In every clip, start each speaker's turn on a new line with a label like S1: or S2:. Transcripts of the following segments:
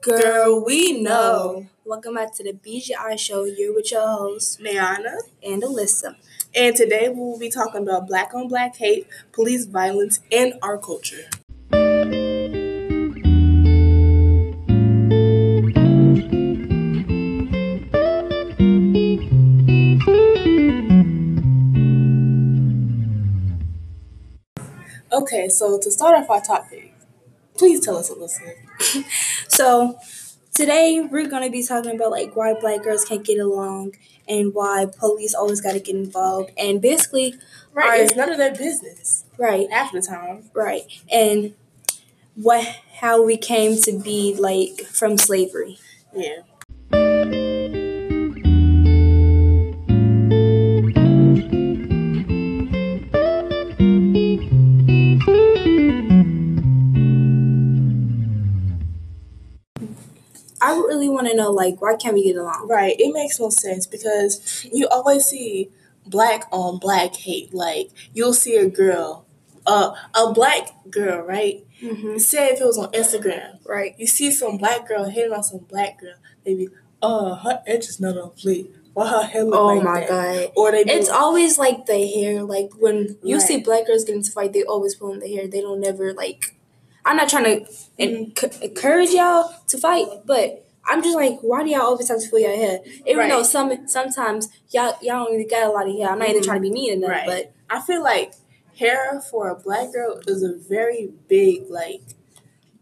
S1: Girl, we
S2: Oh.
S1: know.
S2: Welcome back to the BGI show. You're with your host,
S1: Mayana.
S2: and Alyssa.
S1: And today we will be talking about black on black hate, police violence, and our culture. Okay, so to start off our topic, please tell us, Alyssa.
S2: So, today we're going to be talking about like why black girls can't get along and why police always got to get involved. And basically,
S1: Right,
S2: our-
S1: it's none of their business
S2: right,
S1: half the time.
S2: right. And what how we came to be like from slavery.
S1: Yeah.
S2: I really want to know like why can't we get along?
S1: Right, it makes no sense because you always see black on black hate. Like you'll see a girl, uh, a black girl, right?
S2: Mm-hmm.
S1: Say if it was on Instagram,
S2: Right.
S1: you see some black girl hitting on some black girl. They be, uh, her edge is not on fleek. Why her hair look
S2: Oh
S1: like
S2: my
S1: that?
S2: god.
S1: Or they be,
S2: It's always like the hair. Like when you
S1: Right.
S2: see black girls get into fight, they always pull in the hair. They don't never like. I'm not trying to
S1: Mm.
S2: enc- encourage y'all to fight, but I'm just like, why do y'all always have to pull your hair? Even
S1: Right.
S2: though some sometimes y'all y'all don't even got a lot of hair. I'm not even
S1: Mhm.
S2: trying to be mean or nothing,
S1: Right. I feel like hair for a black girl is a very big like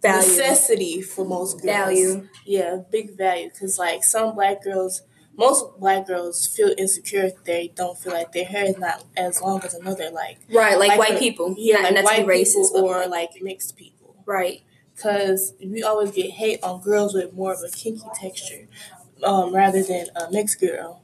S2: but value,
S1: necessity for most girls.
S2: value,
S1: Yeah, big value. Cause like some black girls, most black girls feel insecure if they don't feel like their hair is not as long as another. Like
S2: right? Like,
S1: Like
S2: white
S1: the-
S2: people,
S1: yeah,
S2: not,
S1: like
S2: not
S1: white
S2: to be racist,
S1: people
S2: but
S1: or
S2: like-
S1: like mixed people.
S2: right,
S1: Cause we always get hate on girls with more of a kinky texture, um, rather than a mixed girl.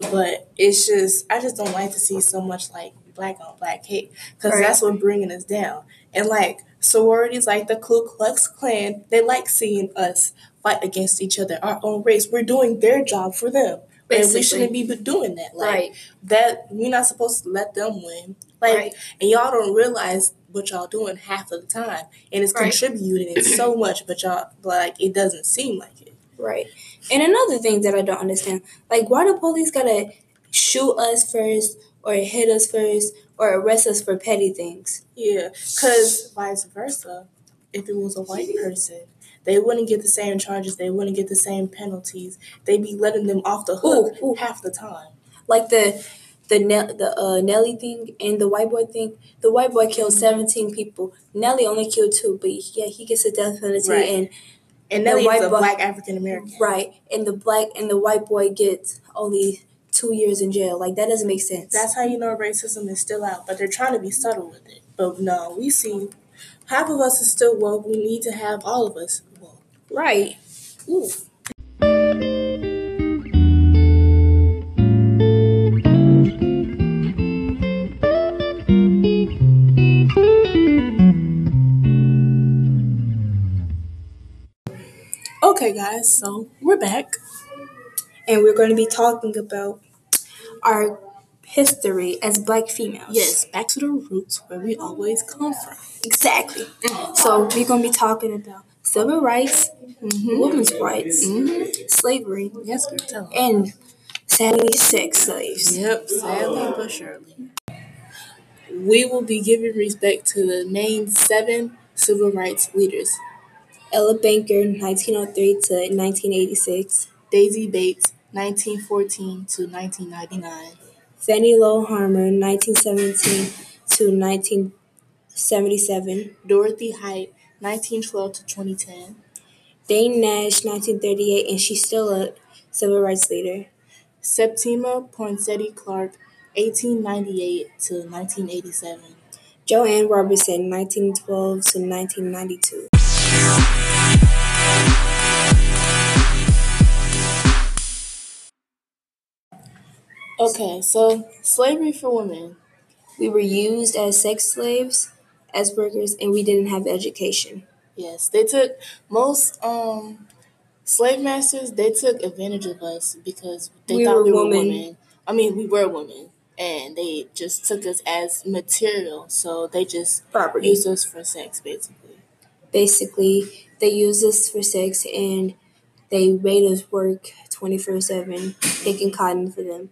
S1: But it's just I just don't like to see so much like black on black hate because
S2: Right.
S1: that's what bringing us down. And like sororities like the Ku Klux Klan, they like seeing us fight against each other, our own race. We're doing their job for them, and
S2: Basically.
S1: we shouldn't be doing that. Like
S2: right,
S1: that, you're not supposed to let them win. Like
S2: right,
S1: and y'all don't realize what y'all doing half of the time, and it's
S2: Right.
S1: contributing it so much, but y'all like it doesn't seem like it.
S2: right. And another thing that I don't understand, like, why do police gotta shoot us first, or hit us first, or arrest us for petty things?
S1: Yeah, because vice versa, if it was a white person, they wouldn't get the same charges, they wouldn't get the same penalties. They'd be letting them off the hook
S2: Ooh, ooh.
S1: half the time.
S2: Like the the ne- the uh, Nelly thing and the white boy thing. The white boy killed seventeen people. Nelly only killed two, but yeah, he gets a death penalty.
S1: Right.
S2: And
S1: And
S2: The
S1: Nelly
S2: white
S1: is a
S2: boy-
S1: black African American.
S2: right, and the black and the white boy gets only two years in jail. Like that doesn't make sense.
S1: That's how you know racism is still out, but they're trying to be subtle with it. But no, we see half of us is still woke. We need to have all of us woke.
S2: right. Ooh.
S1: Okay, guys, so we're back.
S2: And we're going to be talking about our history as black females.
S1: Yes, back to the roots where we always come from.
S2: Exactly. So we're gonna be talking about civil rights, women's rights, slavery,
S1: Yes, girl, tell 'em.
S2: and sadly, sex slaves.
S1: Yep, sadly but surely. We will be giving respect to the named seven civil rights leaders
S2: Ella Banker, 1903 to 1986.
S1: Daisy Bates, 1914 to 1999,
S2: Fannie Lou Harmer, 1917 to 1977.
S1: Dorothy Height, 1912 to 2010,
S2: Dane Nash, 1938, and she's still a civil rights leader.
S1: Septima Poinsettie Clark, 1898 to 1987.
S2: Joanne Robertson, 1912 to 1992.
S1: Okay, so slavery for women.
S2: We were used as sex slaves, as workers, and we didn't have education.
S1: Yes, they took most um slave masters. They took advantage of us because they
S2: We
S1: thought
S2: were
S1: we were
S2: women.
S1: women. I mean, we were women, and they just took us as material. So they just
S2: Property.
S1: used us for sex, basically.
S2: Basically, They use us for sex and they made us work 24 7 picking cotton for them.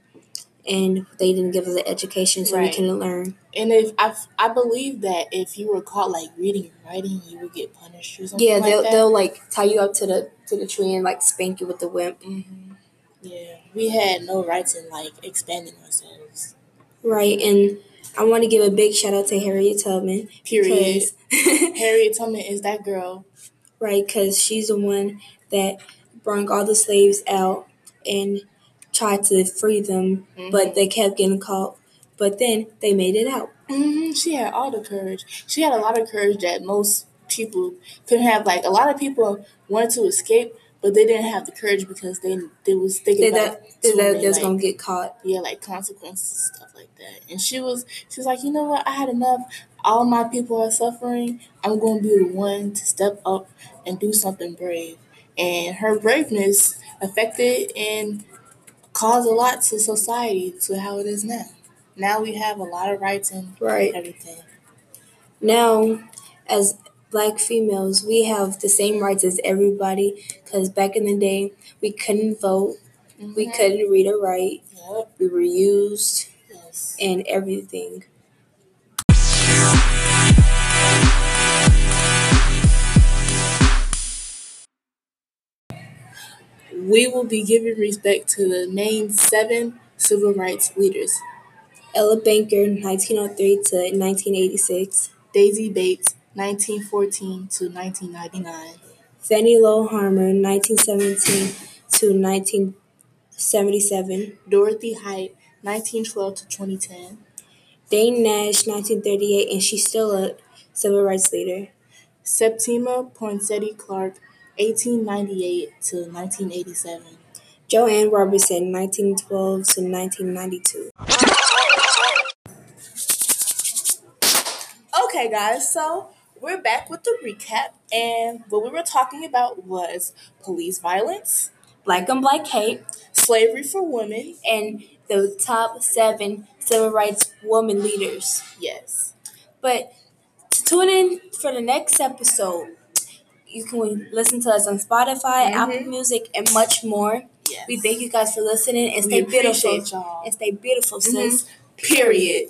S2: And they didn't give us an education so
S1: Right.
S2: we couldn't learn.
S1: And if I, I believe that if you were caught like reading and writing, you would get punished or something.
S2: Yeah,
S1: like
S2: they'll,
S1: that.
S2: they'll like tie you up to the to the tree and like spank you with the whip.
S1: Mhm. Yeah, we had no rights in like expanding ourselves.
S2: Right, and I want to give a big shout out to Harriet Tubman.
S1: Period.
S2: 'cause-
S1: Harriet Tubman is that girl.
S2: right, because she's the one that brung all the slaves out and tried to free them, but they kept getting caught. But then they made it out.
S1: hmm she had all the courage. She had a lot of courage that most people couldn't have. Like a lot of people wanted to escape, but they didn't have the courage because they they was
S2: They
S1: thinking about
S2: thought they
S1: too
S2: thought
S1: many,
S2: they was
S1: like,
S2: gonna get caught.
S1: yeah, like consequences and stuff like that. And she was she was like, you know what, I had enough. All my people are suffering. I'm gonna be the one to step up and do something brave. And her braveness affected and caused a lot to society to how it is now. Now we have a lot of rights and
S2: Right.
S1: everything.
S2: Now, as black females, we have the same rights as everybody. Because back in the day, we couldn't vote, we
S1: Mm-hmm.
S2: couldn't read or write,
S1: Yep.
S2: we were used.
S1: Yes.
S2: and everything.
S1: We will be giving respect to the main seven civil rights leaders:
S2: Ella Banker, 1903 to 1986.
S1: Daisy Bates, 1914 to 1999.
S2: Fannie Lou Harmer, 1917 to 1977.
S1: Dorothy Height, 1912 to 2010,
S2: Dane Nash, 1938, and she's still a civil rights leader.
S1: Septima Poinsettie Clark, 1898 to 1987,
S2: Joanne Robertson, 1912 to 1992.
S1: Okay, guys, so we're back with the recap, and what we were talking about was police violence,
S2: Black on Black Hate,
S1: slavery for women,
S2: and the top seven civil rights woman leaders.
S1: yes,
S2: But to tune in for the next episode. You can listen to us on Spotify,
S1: Mhm.
S2: Apple Music, and much more.
S1: yes.
S2: We thank you guys for listening and
S1: We
S2: stay beautiful.
S1: appreciate y'all.
S2: And stay beautiful, sis.
S1: Period.